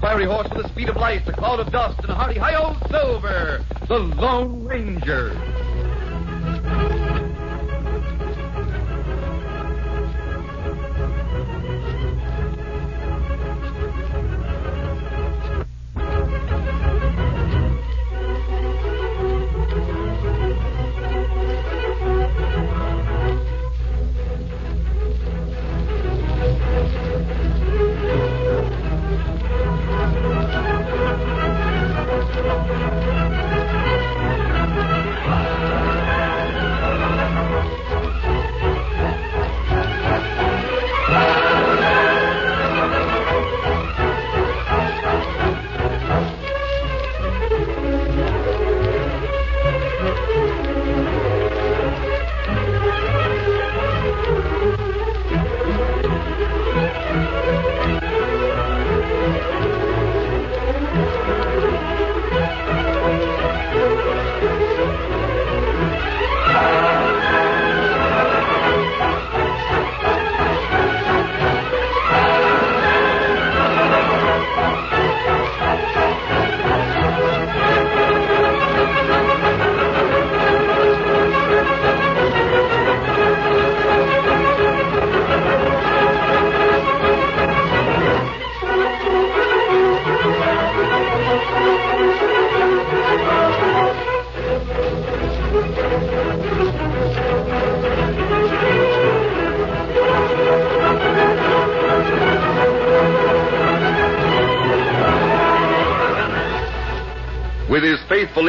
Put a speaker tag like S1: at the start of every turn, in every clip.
S1: fiery horse with the speed of light, a cloud of dust, and a hearty high old silver, the Lone Ranger. With his faithful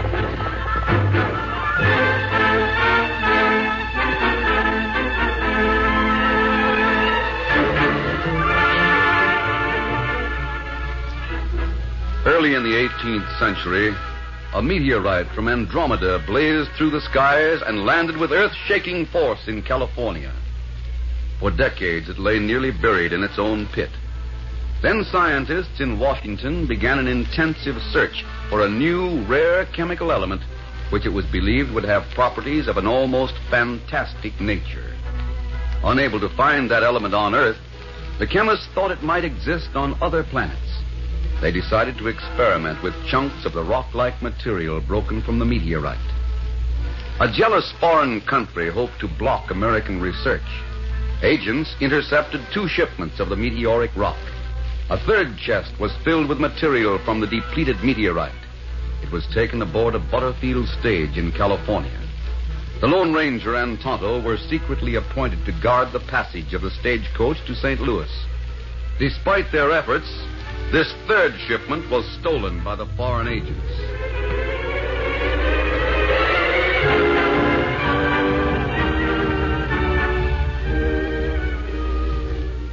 S1: Early in the 18th century, a meteorite from Andromeda blazed through the skies and landed with earth shaking force in California. For decades, it lay nearly buried in its own pit. Then scientists in Washington began an intensive search for a new, rare chemical element which it was believed would have properties of an almost fantastic nature. Unable to find that element on Earth, the chemists thought it might exist on other planets. They decided to experiment with chunks of the rock like material broken from the meteorite. A jealous foreign country hoped to block American research. Agents intercepted two shipments of the meteoric rock. A third chest was filled with material from the depleted meteorite. It was taken aboard a Butterfield stage in California. The Lone Ranger and Tonto were secretly appointed to guard the passage of the stagecoach to St. Louis. Despite their efforts, this third shipment was stolen by the foreign agents.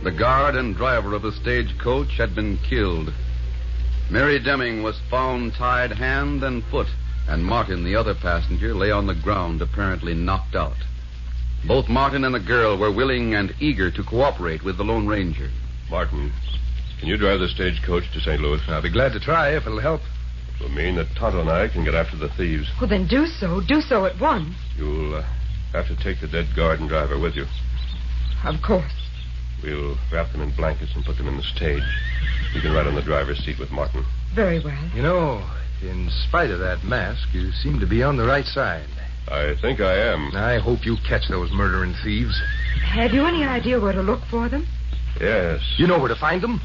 S2: The guard and driver of the stagecoach had been killed. Mary Deming was found tied hand and foot, and Martin, the other passenger, lay on the ground apparently knocked out. Both Martin and the girl were willing and eager to cooperate with the Lone Ranger.
S3: Martin, can you drive the stagecoach to St. Louis?
S2: I'll be glad to try if it'll help.
S3: It'll mean that Tonto and I can get after the thieves.
S4: Well, then do so. Do so at once.
S3: You'll uh, have to take the dead guard and driver with you.
S4: Of course.
S3: We'll wrap them in blankets and put them in the stage. You can ride on the driver's seat with Martin.
S4: Very well.
S1: You know, in spite of that mask, you seem to be on the right side.
S3: I think I am.
S1: I hope you catch those murdering thieves.
S4: Have you any idea where to look for them?
S3: Yes.
S1: You know where to find them?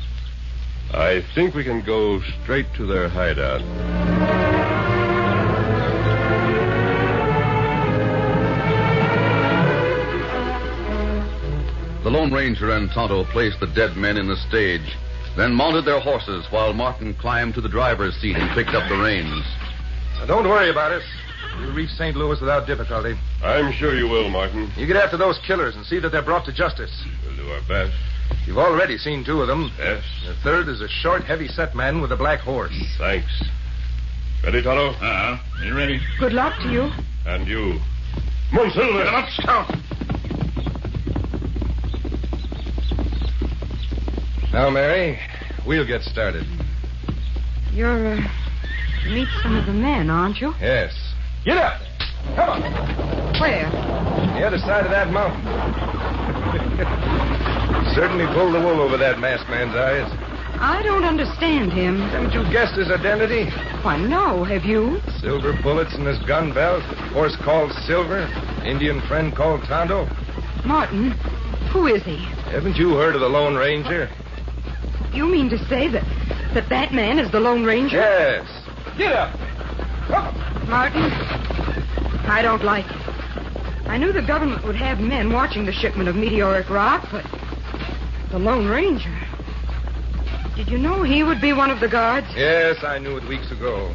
S3: I think we can go straight to their hideout.
S2: The Lone Ranger and Tonto placed the dead men in the stage, then mounted their horses while Martin climbed to the driver's seat and picked up the reins.
S1: Now, don't worry about us. We'll reach St. Louis without difficulty.
S3: I'm sure you will, Martin.
S1: You get after those killers and see that they're brought to justice.
S3: We'll do our best.
S1: You've already seen two of them.
S3: Yes.
S1: The third is a short, heavy-set man with a black horse.
S3: Thanks. Ready, Tonto?
S5: Uh-huh. You ready?
S4: Good luck to you.
S3: And you. Monsilver!
S5: Up, scout!
S1: Now, Mary, we'll get started.
S4: You're, uh, to meet some of the men, aren't you?
S1: Yes. Get up! Come on!
S4: Where?
S1: The other side of that mountain. Certainly pulled the wool over that masked man's eyes.
S4: I don't understand him.
S1: Haven't you guessed his identity?
S4: Why, no, have you?
S1: Silver bullets in his gun belt, horse called Silver, Indian friend called Tonto.
S4: Martin, who is he?
S1: Haven't you heard of the Lone Ranger?
S4: You mean to say that that, that man is the Lone Ranger?
S1: Yes. Get up! Come on.
S4: Martin, I don't like it. I knew the government would have men watching the shipment of meteoric rock, but the Lone Ranger. Did you know he would be one of the guards?
S1: Yes, I knew it weeks ago.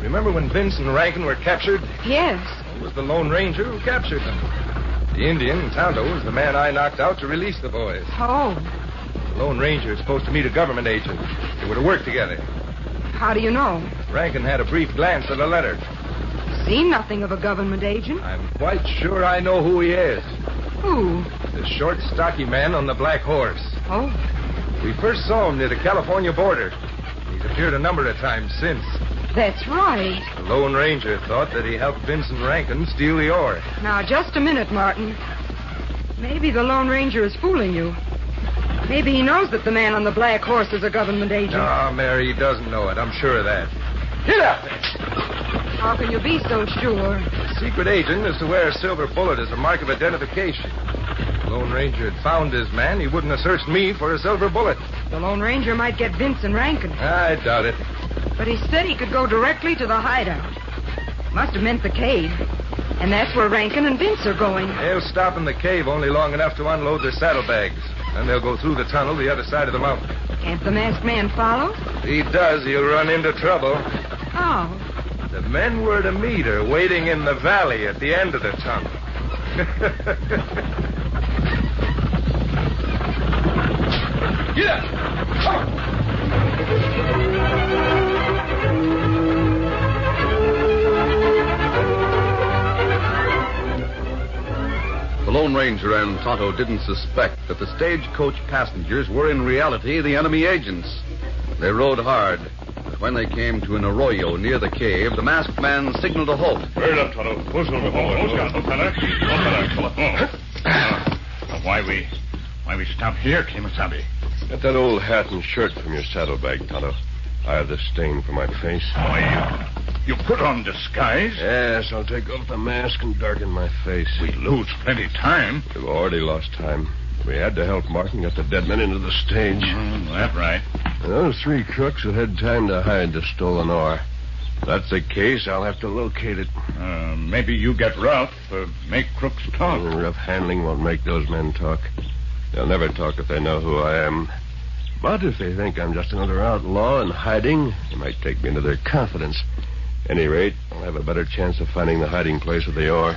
S1: Remember when Vince and Rankin were captured?
S4: Yes.
S1: It was the Lone Ranger who captured them. The Indian, Tonto, was the man I knocked out to release the boys.
S4: Oh,
S1: The Lone Ranger is supposed to meet a government agent. They were to work together.
S4: how do you know?
S1: Rankin had a brief glance at a letter.
S4: Seen nothing of a government agent.
S1: I'm quite sure I know who he is.
S4: Who?
S1: The short, stocky man on the black horse.
S4: Oh,
S1: We first saw him near the California border. He's appeared a number of times since.
S4: that's right.
S1: The Lone Ranger thought that he helped Vincent Rankin steal the ore.
S4: Now, just a minute, Martin. Maybe the Lone Ranger is fooling you. Maybe he knows that the man on the black horse is a government agent.
S1: Ah, Mary, he doesn't know it. I'm sure of that. Get up!
S4: How can you be so sure?
S1: The secret agent is to wear a silver bullet as a mark of identification. If the Lone Ranger had found his man, he wouldn't have searched me for a silver bullet.
S4: The Lone Ranger might get Vincent Rankin,
S1: I doubt it.
S4: but he said he could go directly to the hideout. Must have meant the cave. And that's where Rankin and Vince are going.
S1: They'll stop in the cave only long enough to unload their saddlebags. Then they'll go through the tunnel the other side of the mountain.
S4: Can't the masked man follow?
S1: If he does, he'll run into trouble.
S4: Oh,
S1: The men were to meet her waiting in the valley at the end of the tunnel. Get up! Come on.
S2: The Lone Ranger and Tonto didn't suspect that the stagecoach passengers were in reality the enemy agents. They rode hard, but when they came to an arroyo near the cave, the masked man signaled a halt.
S3: Hurry up, Tonto. Push over.
S5: Oh, fella. Oh, fella. Oh. Now, why we... Why we stop here, Kimasabi?
S3: Get that old hat and shirt from your saddlebag, Tonto. I have the stain for my face.
S5: Why, you... You put on disguise.
S3: Yes, I'll take off the mask and darken my face.
S5: We lose plenty time.
S3: We've already lost time. We had to help Martin get the dead men into the stage.
S5: Mm, that right.
S3: Those three crooks have had time to hide the stolen ore. If that's the case, I'll have to locate it.
S5: Uh, maybe you get rough. Uh, make crooks talk.
S3: Mm, Rough handling won't make those men talk. They'll never talk if they know who I am. But if they think I'm just another outlaw in hiding, they might take me into their confidence. Any rate, I'll have a better chance of finding the hiding place of the ore.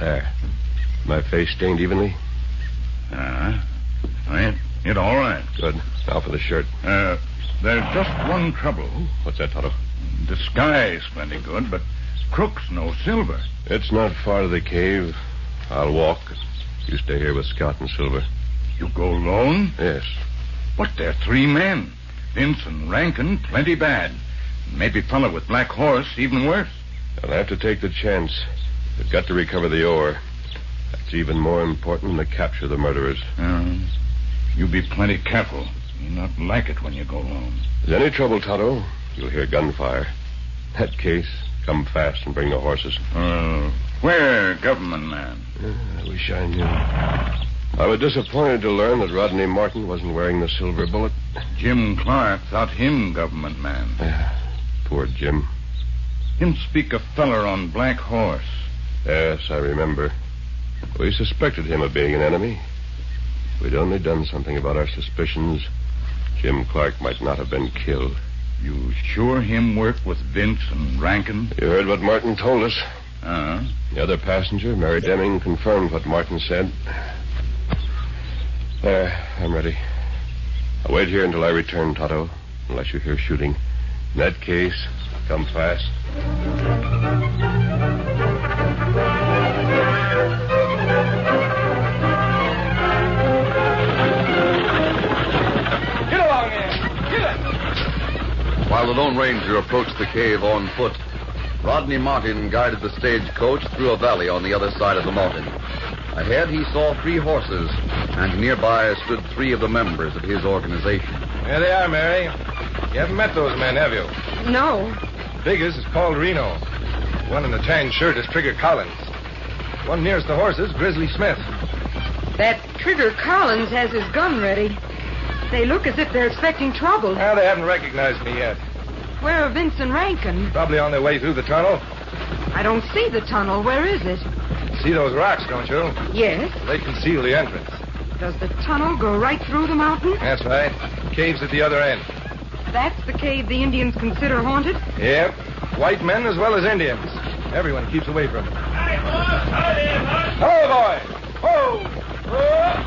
S3: There. My face stained evenly.
S6: Uh, it, it all right.
S7: Good. Now for the shirt.
S6: Uh, there's just one trouble.
S7: What's that, Toto?
S6: Disguise plenty good, but Crook's no silver.
S7: It's not far to the cave. I'll walk. You stay here with Scott and Silver.
S6: You go alone?
S7: Yes.
S6: What, there are three men. Vinson, Rankin, plenty bad. Maybe fella with black horse, even worse.
S7: I'll have to take the chance. We've got to recover the ore. That's even more important than to capture the murderers.
S6: Um, you be plenty careful. You not like it when you go alone.
S7: Is any trouble, Toto? You'll hear gunfire. That case, come fast and bring the horses.
S6: Uh, where, government man?
S7: I wish I knew. I was disappointed to learn that Rodney Martin wasn't wearing the silver bullet.
S6: Jim Clark thought him government man.
S7: Poor Jim.
S6: Him speak a feller on Black Horse.
S7: Yes, I remember. We suspected him of being an enemy. If We'd only done something about our suspicions. Jim Clark might not have been killed.
S6: You sure him work with Vince and Rankin?
S7: You heard what Martin told us.
S6: Uh,
S7: The other passenger, Mary Deming, confirmed what Martin said. There, I'm ready. I'll wait here until I return, Toto, unless you hear shooting. In that case, come fast.
S8: Get along there. Get it.
S9: While the Lone Ranger approached the cave on foot, Rodney Martin guided the stagecoach through a valley on the other side of the mountain. Ahead, he saw three horses, and nearby stood three of the members of his organization.
S1: There they are, Mary. You haven't met those men, have you?
S4: No.
S1: Biggest is Paul Reno. One in the tan shirt is Trigger Collins. One nearest the horses, Grizzly Smith.
S4: That Trigger Collins has his gun ready. They look as if they're expecting trouble.
S1: Now, they haven't recognized me yet.
S4: Where are Vince and Rankin?
S1: Probably on their way through the tunnel.
S4: I don't see the tunnel. Where is it?
S1: See those rocks, don't you?
S4: Yes.
S1: They conceal the entrance.
S4: Does the tunnel go right through the mountain?
S1: That's right. Cave's at the other end.
S4: That's the cave the Indians consider haunted?
S1: Yep. White men as well as Indians. Everyone keeps away from it. Hello, boy. Ho!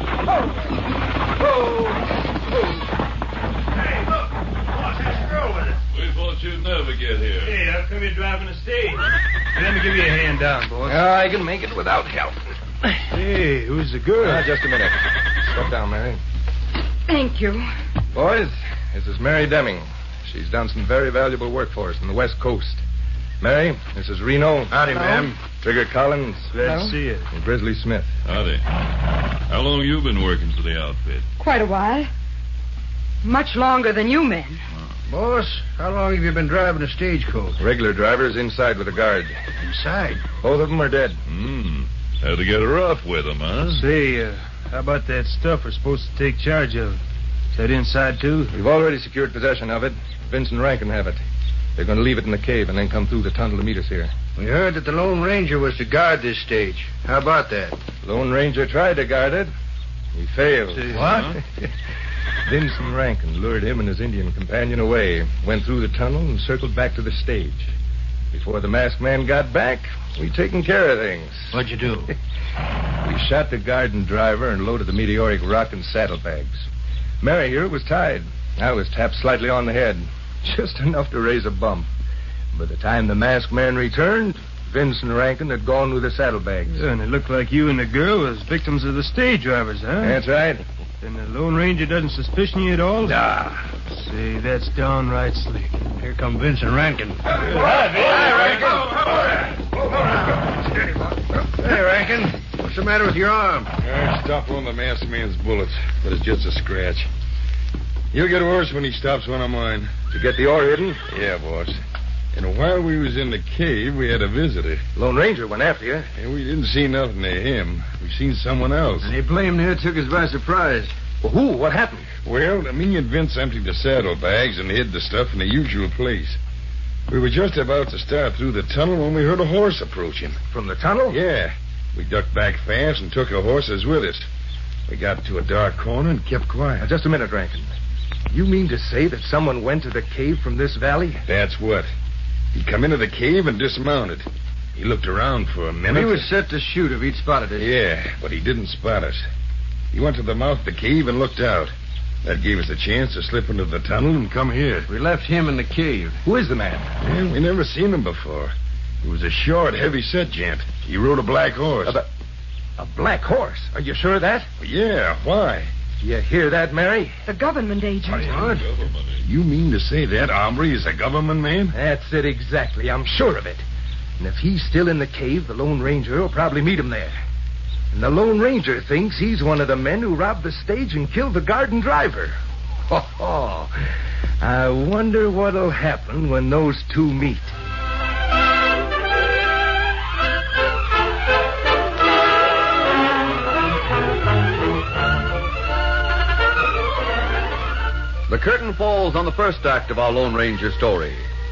S3: We thought you'd never get here.
S10: Hey, how come you're driving a stage?
S1: Let me give you a hand down, boy. Uh, I can make it without help. Hey, who's the girl? just a minute. Step down, Mary.
S4: Thank you.
S1: Boys, this is Mary Deming. She's done some very valuable work for us in the West Coast. Mary, this is Reno.
S3: Howdy, Hello. ma'am.
S1: Trigger Collins.
S3: Glad to Hello. see
S1: you. And Grizzly Smith.
S3: Howdy. How long you been working for the outfit?
S4: Quite a while. Much longer than you men.
S11: Boss, how long have you been driving a stagecoach?
S1: Regular drivers inside with a guard. Oh,
S11: Inside.
S1: Both of them are dead.
S3: Hmm. Had to get rough with them, huh?
S11: Say, uh, how about that stuff we're supposed to take charge of? Is that inside, too?
S1: We've already secured possession of it. Vince and Rankin have it. They're going to leave it in the cave and then come through the tunnel to meet us here.
S11: We heard that the Lone Ranger was to guard this stage. How about that?
S1: Lone Ranger tried to guard it. He failed.
S11: What?
S1: Vincent Rankin lured him and his Indian companion away, went through the tunnel, and circled back to the stage. Before the masked man got back, we taken care of things.
S11: What'd you do?
S1: We shot the guard and driver and loaded the meteoric rock in saddlebags. Mary here was tied. I was tapped slightly on the head, just enough to raise a bump. By the time the masked man returned, Vincent Rankin had gone with the saddlebags.
S11: Yeah, and it looked like you and the girl was victims of the stage drivers, huh?
S1: That's right.
S11: Then the Lone Ranger doesn't suspicion you at all?
S1: Nah.
S11: Say, that's downright slick. Here come Vincent Rankin. Hey, Rankin. What's the matter with your arm?
S12: I stopped one of the masked man's bullets, but it's just a scratch. He'll get worse when he stops one of mine.
S1: To get the ore hidden?
S12: Yeah, boss. And while we was in the cave, we had a visitor.
S1: Lone Ranger went after you.
S12: And we didn't see nothing of him. We seen someone else.
S11: And they blamed her, took us by surprise.
S1: Well, who? What happened?
S12: Well, me and Vince emptied the saddlebags and hid the stuff in the usual place. We were just about to start through the tunnel when we heard a horse approaching.
S1: From the tunnel?
S12: Yeah. We ducked back fast and took our horses with us. We got to a dark corner and kept quiet.
S1: Now, just a minute, Rankin. You mean to say that someone went to the cave from this valley?
S12: That's what. He come into the cave and dismounted. He looked around for a minute.
S11: We was set to shoot if he'd spotted us.
S12: Yeah, but he didn't spot us.
S3: He went to the mouth of the cave and looked out. That gave us a chance to slip into the tunnel and come here.
S4: We left him in the cave. Who is the man?
S3: Yeah, we never seen him before. He was a short, heavy set gent. He rode a black horse.
S4: A, ba- a black horse? Are you sure of that?
S3: Yeah, why?
S4: You hear that, Mary?
S13: The government agent.
S3: What? You mean to say that Omri is a government man?
S4: That's it exactly. I'm sure of it. And if he's still in the cave, the Lone Ranger will probably meet him there. And the Lone Ranger thinks he's one of the men who robbed the stage and killed the garden driver. Ho ho. I wonder what'll happen when those two meet.
S1: The curtain falls on the first act of our Lone Ranger story.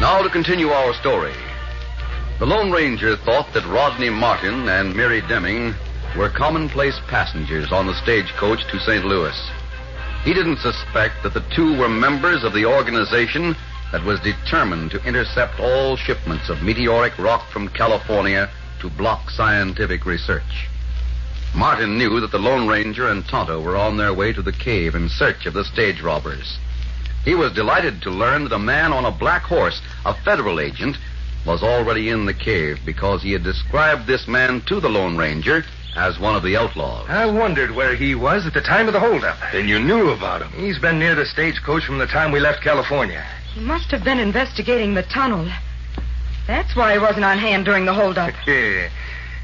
S1: Now to continue our story. The Lone Ranger thought that Rodney Martin and Mary Deming were commonplace passengers on the stagecoach to St. Louis. He didn't suspect that the two were members of the organization that was determined to intercept all shipments of meteoric rock from California to block scientific research. Martin knew that the Lone Ranger and Tonto were on their way to the cave in search of the stage robbers. He was delighted to learn that a man on a black horse, a federal agent, was already in the cave because he had described this man to the Lone Ranger as one of the outlaws.
S4: I wondered where he was at the time of the holdup.
S3: Then you knew about him.
S4: He's been near the stagecoach from the time we left California.
S13: He must have been investigating the tunnel. That's why he wasn't on hand during the holdup.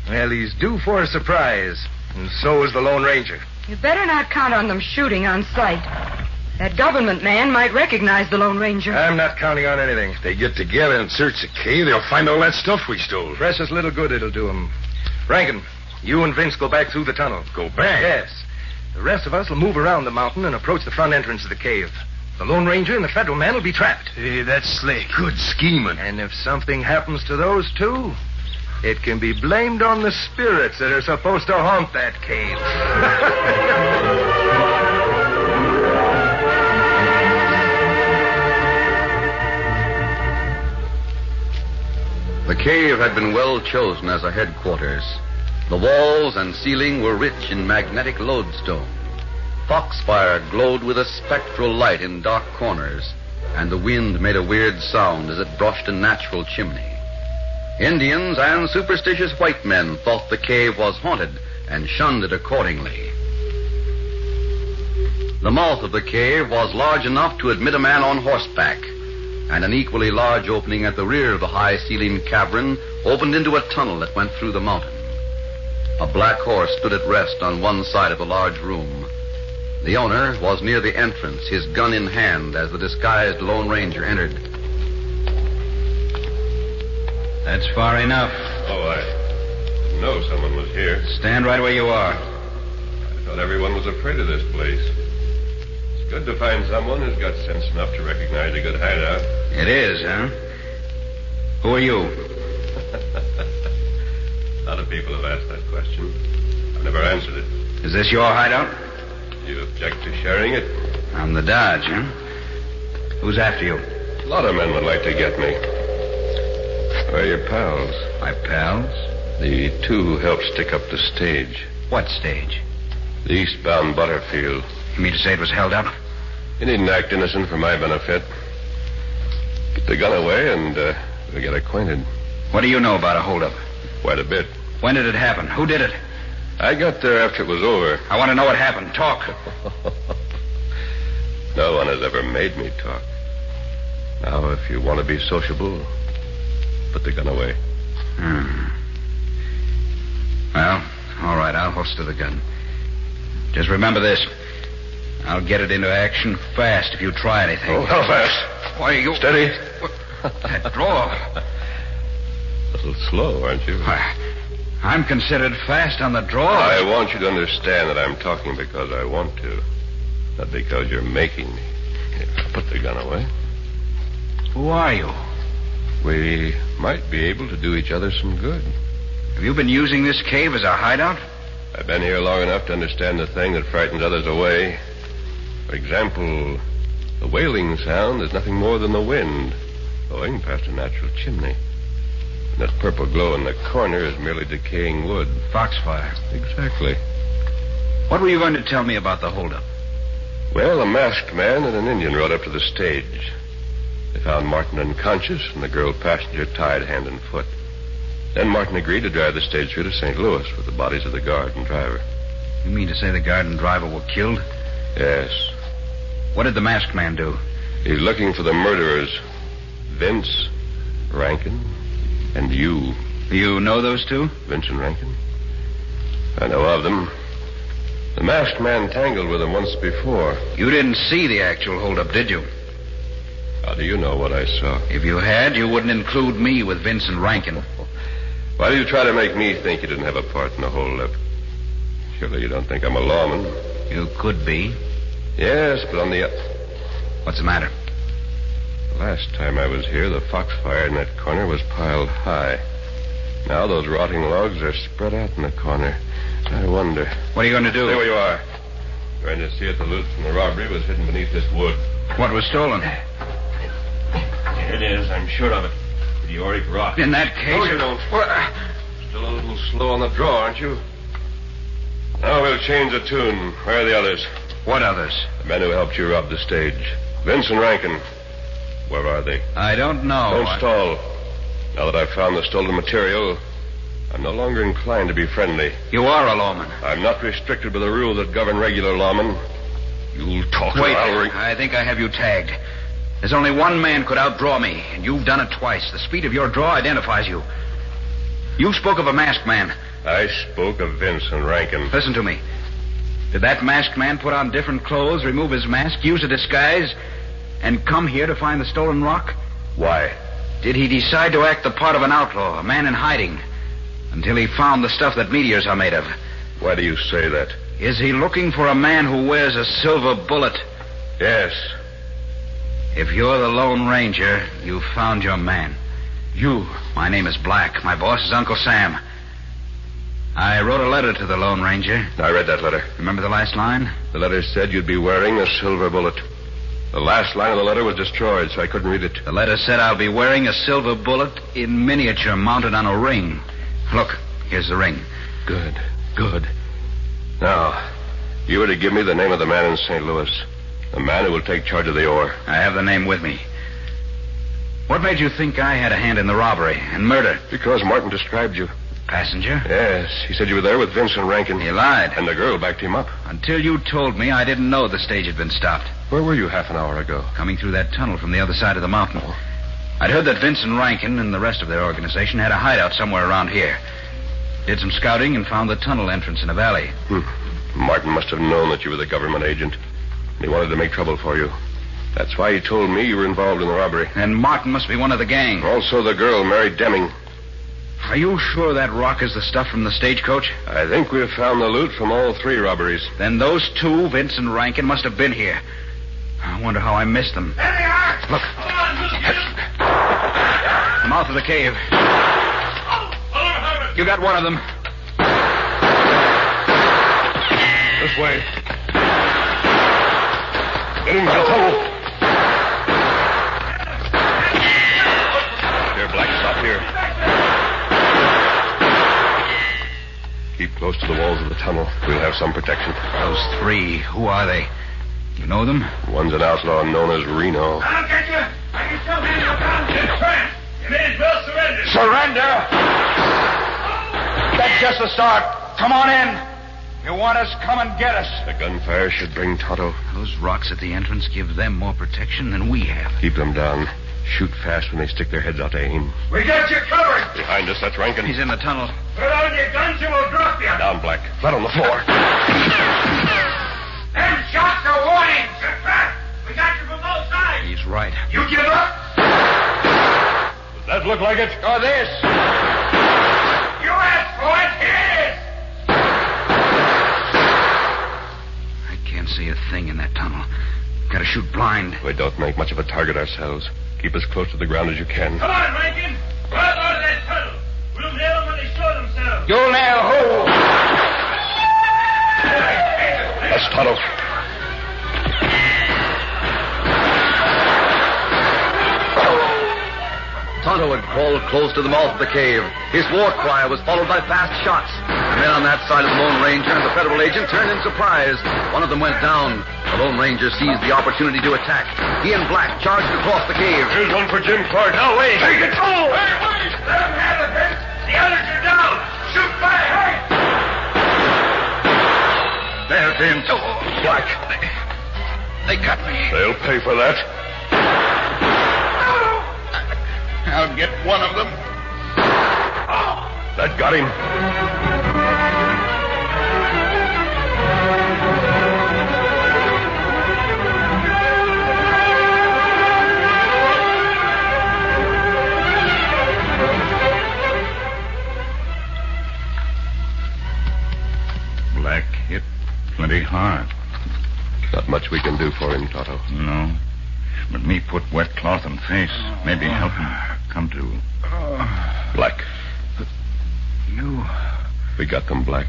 S4: well, he's due for a surprise. And so is the Lone Ranger.
S13: You better not count on them shooting on sight. That government man might recognize the Lone Ranger.
S4: I'm not counting on anything.
S3: If they get together and search the cave, they'll find all that stuff we stole.
S4: Precious little good it'll do him. Rankin, you and Vince go back through the tunnel.
S3: Go back?
S4: Yes. The rest of us will move around the mountain and approach the front entrance of the cave. The Lone Ranger and the Federal man will be trapped.
S14: Hey, that's slick.
S3: Good scheming.
S4: And if something happens to those two, it can be blamed on the spirits that are supposed to haunt that cave.
S1: The cave had been well chosen as a headquarters. The walls and ceiling were rich in magnetic lodestone. Foxfire glowed with a spectral light in dark corners, and the wind made a weird sound as it brushed a natural chimney. Indians and superstitious white men thought the cave was haunted and shunned it accordingly. The mouth of the cave was large enough to admit a man on horseback and an equally large opening at the rear of the high ceilinged cavern opened into a tunnel that went through the mountain. A black horse stood at rest on one side of the large room. The owner was near the entrance, his gun in hand, as the disguised Lone Ranger entered.
S15: That's far enough.
S16: Oh, I know someone was here.
S15: Stand right where you are.
S16: I thought everyone was afraid of this place. It's good to find someone who's got sense enough to recognize a good hideout.
S15: It is, huh? Who are you?
S16: a lot of people have asked that question. I've never answered it.
S15: Is this your hideout?
S16: You object to sharing it?
S15: I'm the Dodge, huh? Who's after you?
S16: A lot of men would like to get me. Where are your pals?
S15: My pals?
S16: The two who helped stick up the stage.
S15: What stage?
S16: The eastbound Butterfield.
S15: You mean to say it was held up?
S16: You needn't act innocent for my benefit. Get the gun away and uh, we'll get acquainted.
S1: What do you know about a holdup?
S4: Quite a bit.
S1: When did it happen? Who did it?
S4: I got there after it was over.
S1: I want to know what happened. Talk.
S4: No one has ever made me talk. Now, if you want to be sociable, put the gun away.
S1: Hmm. Well, all right, I'll holster the gun. Just remember this. I'll get it into action fast if you try anything.
S4: Oh, how fast?
S1: Why, you...
S4: Steady.
S1: That draw.
S4: A little slow, aren't you?
S1: I'm considered fast on the draw.
S4: I want you to understand that I'm talking because I want to, not because you're making me. Here, Put the gun away.
S1: Who are you?
S4: We might be able to do each other some good.
S1: Have you been using this cave as a hideout?
S4: I've been here long enough to understand the thing that frightens others away. For example, the wailing sound is nothing more than the wind going past a natural chimney. And that purple glow in the corner is merely decaying wood.
S1: Foxfire.
S4: Exactly.
S1: What were you going to tell me about the holdup?
S4: Well, a masked man and an Indian rode up to the stage. They found Martin unconscious and the girl passenger tied hand and foot. Then Martin agreed to drive the stage through to St. Louis with the bodies of the guard and driver.
S1: You mean to say the guard and driver were killed?
S4: Yes.
S1: What did the masked man do?
S4: He's looking for the murderers Vince, Rankin, and you.
S1: You know those two?
S4: Vince and Rankin? I know of them. The masked man tangled with them once before.
S1: You didn't see the actual holdup, did you?
S4: How do you know what I saw?
S1: If you had, you wouldn't include me with Vincent Rankin.
S4: Why do you try to make me think you didn't have a part in the holdup? Surely you don't think I'm a lawman.
S1: You could be.
S4: Yes, but on the.
S1: What's the matter?
S4: The Last time I was here, the foxfire in that corner was piled high. Now those rotting logs are spread out in the corner. I wonder.
S1: What are you going to do?
S4: There you are. Going to see if the loot from the robbery was hidden beneath this wood.
S1: What was stolen?
S4: Here it is, I'm sure of it. The Oric Rock.
S1: In that case.
S4: No, you don't. Still a little slow on the draw, aren't you? Now we'll change the tune. Where are the others?
S1: What others?
S4: The men who helped you rob the stage. Vince and Rankin. Where are they?
S1: I don't know.
S4: Don't
S1: I-
S4: stall. Now that I've found the stolen material, I'm no longer inclined to be friendly.
S1: You are a lawman.
S4: I'm not restricted by the rules that govern regular lawmen. You'll talk
S1: Wait,
S4: about
S1: I think I have you tagged. There's only one man could outdraw me, and you've done it twice. The speed of your draw identifies you. You spoke of a masked man.
S4: I spoke of Vince and Rankin.
S1: Listen to me. Did that masked man put on different clothes, remove his mask, use a disguise, and come here to find the stolen rock?
S4: Why?
S1: Did he decide to act the part of an outlaw, a man in hiding, until he found the stuff that meteors are made of?
S4: Why do you say that?
S1: Is he looking for a man who wears a silver bullet?
S4: Yes.
S1: If you're the Lone Ranger, you've found your man.
S4: You.
S1: My name is Black. My boss is Uncle Sam. I wrote a letter to the Lone Ranger.
S4: I read that letter.
S1: Remember the last line?
S4: The letter said you'd be wearing a silver bullet. The last line of the letter was destroyed, so I couldn't read it.
S1: The letter said I'll be wearing a silver bullet in miniature mounted on a ring. Look, here's the ring.
S4: Good, good. Now, you were to give me the name of the man in St. Louis, the man who will take charge of the ore.
S1: I have the name with me. What made you think I had a hand in the robbery and murder?
S4: Because Martin described you.
S1: Passenger?
S4: Yes, he said you were there with Vincent Rankin.
S1: He lied.
S4: And the girl backed him up.
S1: Until you told me, I didn't know the stage had been stopped.
S4: Where were you half an hour ago?
S1: coming through that tunnel from the other side of the mountain. I'd heard that Vince and Rankin and the rest of their organization had a hideout somewhere around here. Did some scouting and found the tunnel entrance in a valley.
S4: Hmm. Martin must have known that you were the government agent, and he wanted to make trouble for you. That's why he told me you were involved in the robbery. Oh,
S1: And Martin must be one of the gang.
S4: Also, the girl, Mary Deming.
S1: Are you sure that rock is the stuff from the stagecoach?
S4: I think we've found the loot from all three robberies.
S1: Then those two, Vince and Rankin, must have been here. I wonder how I missed them. There they are! Look. The mouth of the cave. You got one of them.
S4: This way. Get into the tunnel. Here, Black, stop here. Keep close to the walls of the tunnel. We'll have some protection.
S1: Those three, who are they? You know them?
S4: One's an outlaw known as Reno.
S17: I'll get you. I can still handle your guns. Get
S18: Advance, well, surrender.
S19: Surrender? That's just the start. Come on in. You want us? Come and get us.
S4: The gunfire should bring Tonto.
S19: Those rocks at the entrance give them more protection than we have.
S4: Keep them down. Shoot fast when they stick their heads out to aim.
S18: We got you covered.
S4: Behind us, that's Rankin.
S19: He's in the tunnel.
S18: Put on your guns and we'll drop you.
S4: Down, Black. Flat on the floor.
S18: Them shots are warnings. Get back. We got you from both sides.
S19: He's right.
S18: You give up?
S4: Does that look like it?
S19: Or Oh, this.
S18: You asked for it. Here it is.
S19: I can't see a thing in that tunnel. Gotta shoot blind.
S4: We don't make much of a target ourselves. Keep as close to the ground as you can.
S18: Come on, Rankin. Right out of that tunnel. We'll nail them when they show themselves.
S19: You'll nail who?
S4: That's Tonto.
S1: Tonto had crawled close to the mouth of the cave. His war cry was followed by fast shots. The men on that side of the Lone Ranger and the Federal agent turned in surprise. One of them went down. The Lone Ranger seized the opportunity to attack. He and Black charged across the cave.
S4: Here's one for Jim Clark.
S1: Now wait. Take it.
S18: Oh! Hey, wait. Let them have it, Vince. The others are down. Shoot back.
S1: There, Jim. Black.
S19: They cut me.
S4: They'll pay for that.
S19: I'll get one of them.
S4: That got him.
S20: Black hit plenty hard.
S4: Not much we can do for him, Toto.
S20: No. But me put wet cloth on face. Maybe help him come to.
S4: Black.
S20: You.
S4: We got them, Black.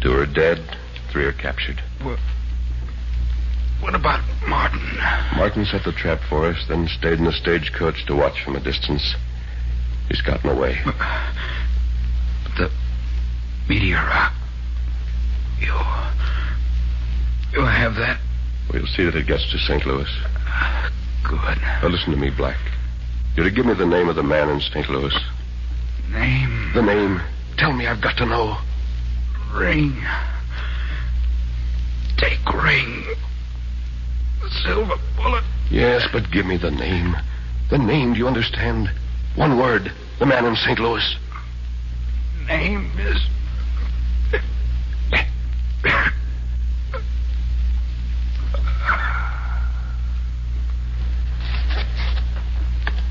S4: Two are dead, three are captured.
S20: What, what about Martin?
S4: Martin set the trap for us, then stayed in the stagecoach to watch from a distance. He's gotten away.
S19: The meteor rock. You. You have that?
S4: We'll see that it gets to St. Louis.
S19: Good.
S4: Now listen to me, Black. You're to give me the name of the man in St. Louis.
S19: Name.
S4: The name. Tell me I've got to know.
S19: Ring. Take ring. Silver bullet.
S4: Yes, but give me the name. The name, do you understand? One word. The man in St. Louis.
S19: Name is.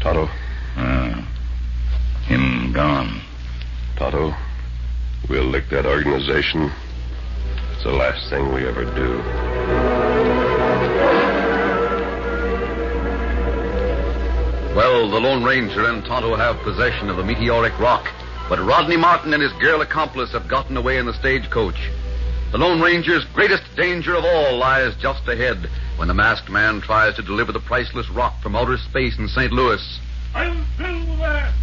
S4: Toto.
S20: Uh, him gone.
S4: Toto. We'll lick that organization. It's the last thing we ever do.
S1: Well, the Lone Ranger and Tonto have possession of the meteoric rock, but Rodney Martin and his girl accomplice have gotten away in the stagecoach. The Lone Ranger's greatest danger of all lies just ahead when the masked man tries to deliver the priceless rock from outer space in St. Louis.
S18: I'll do that.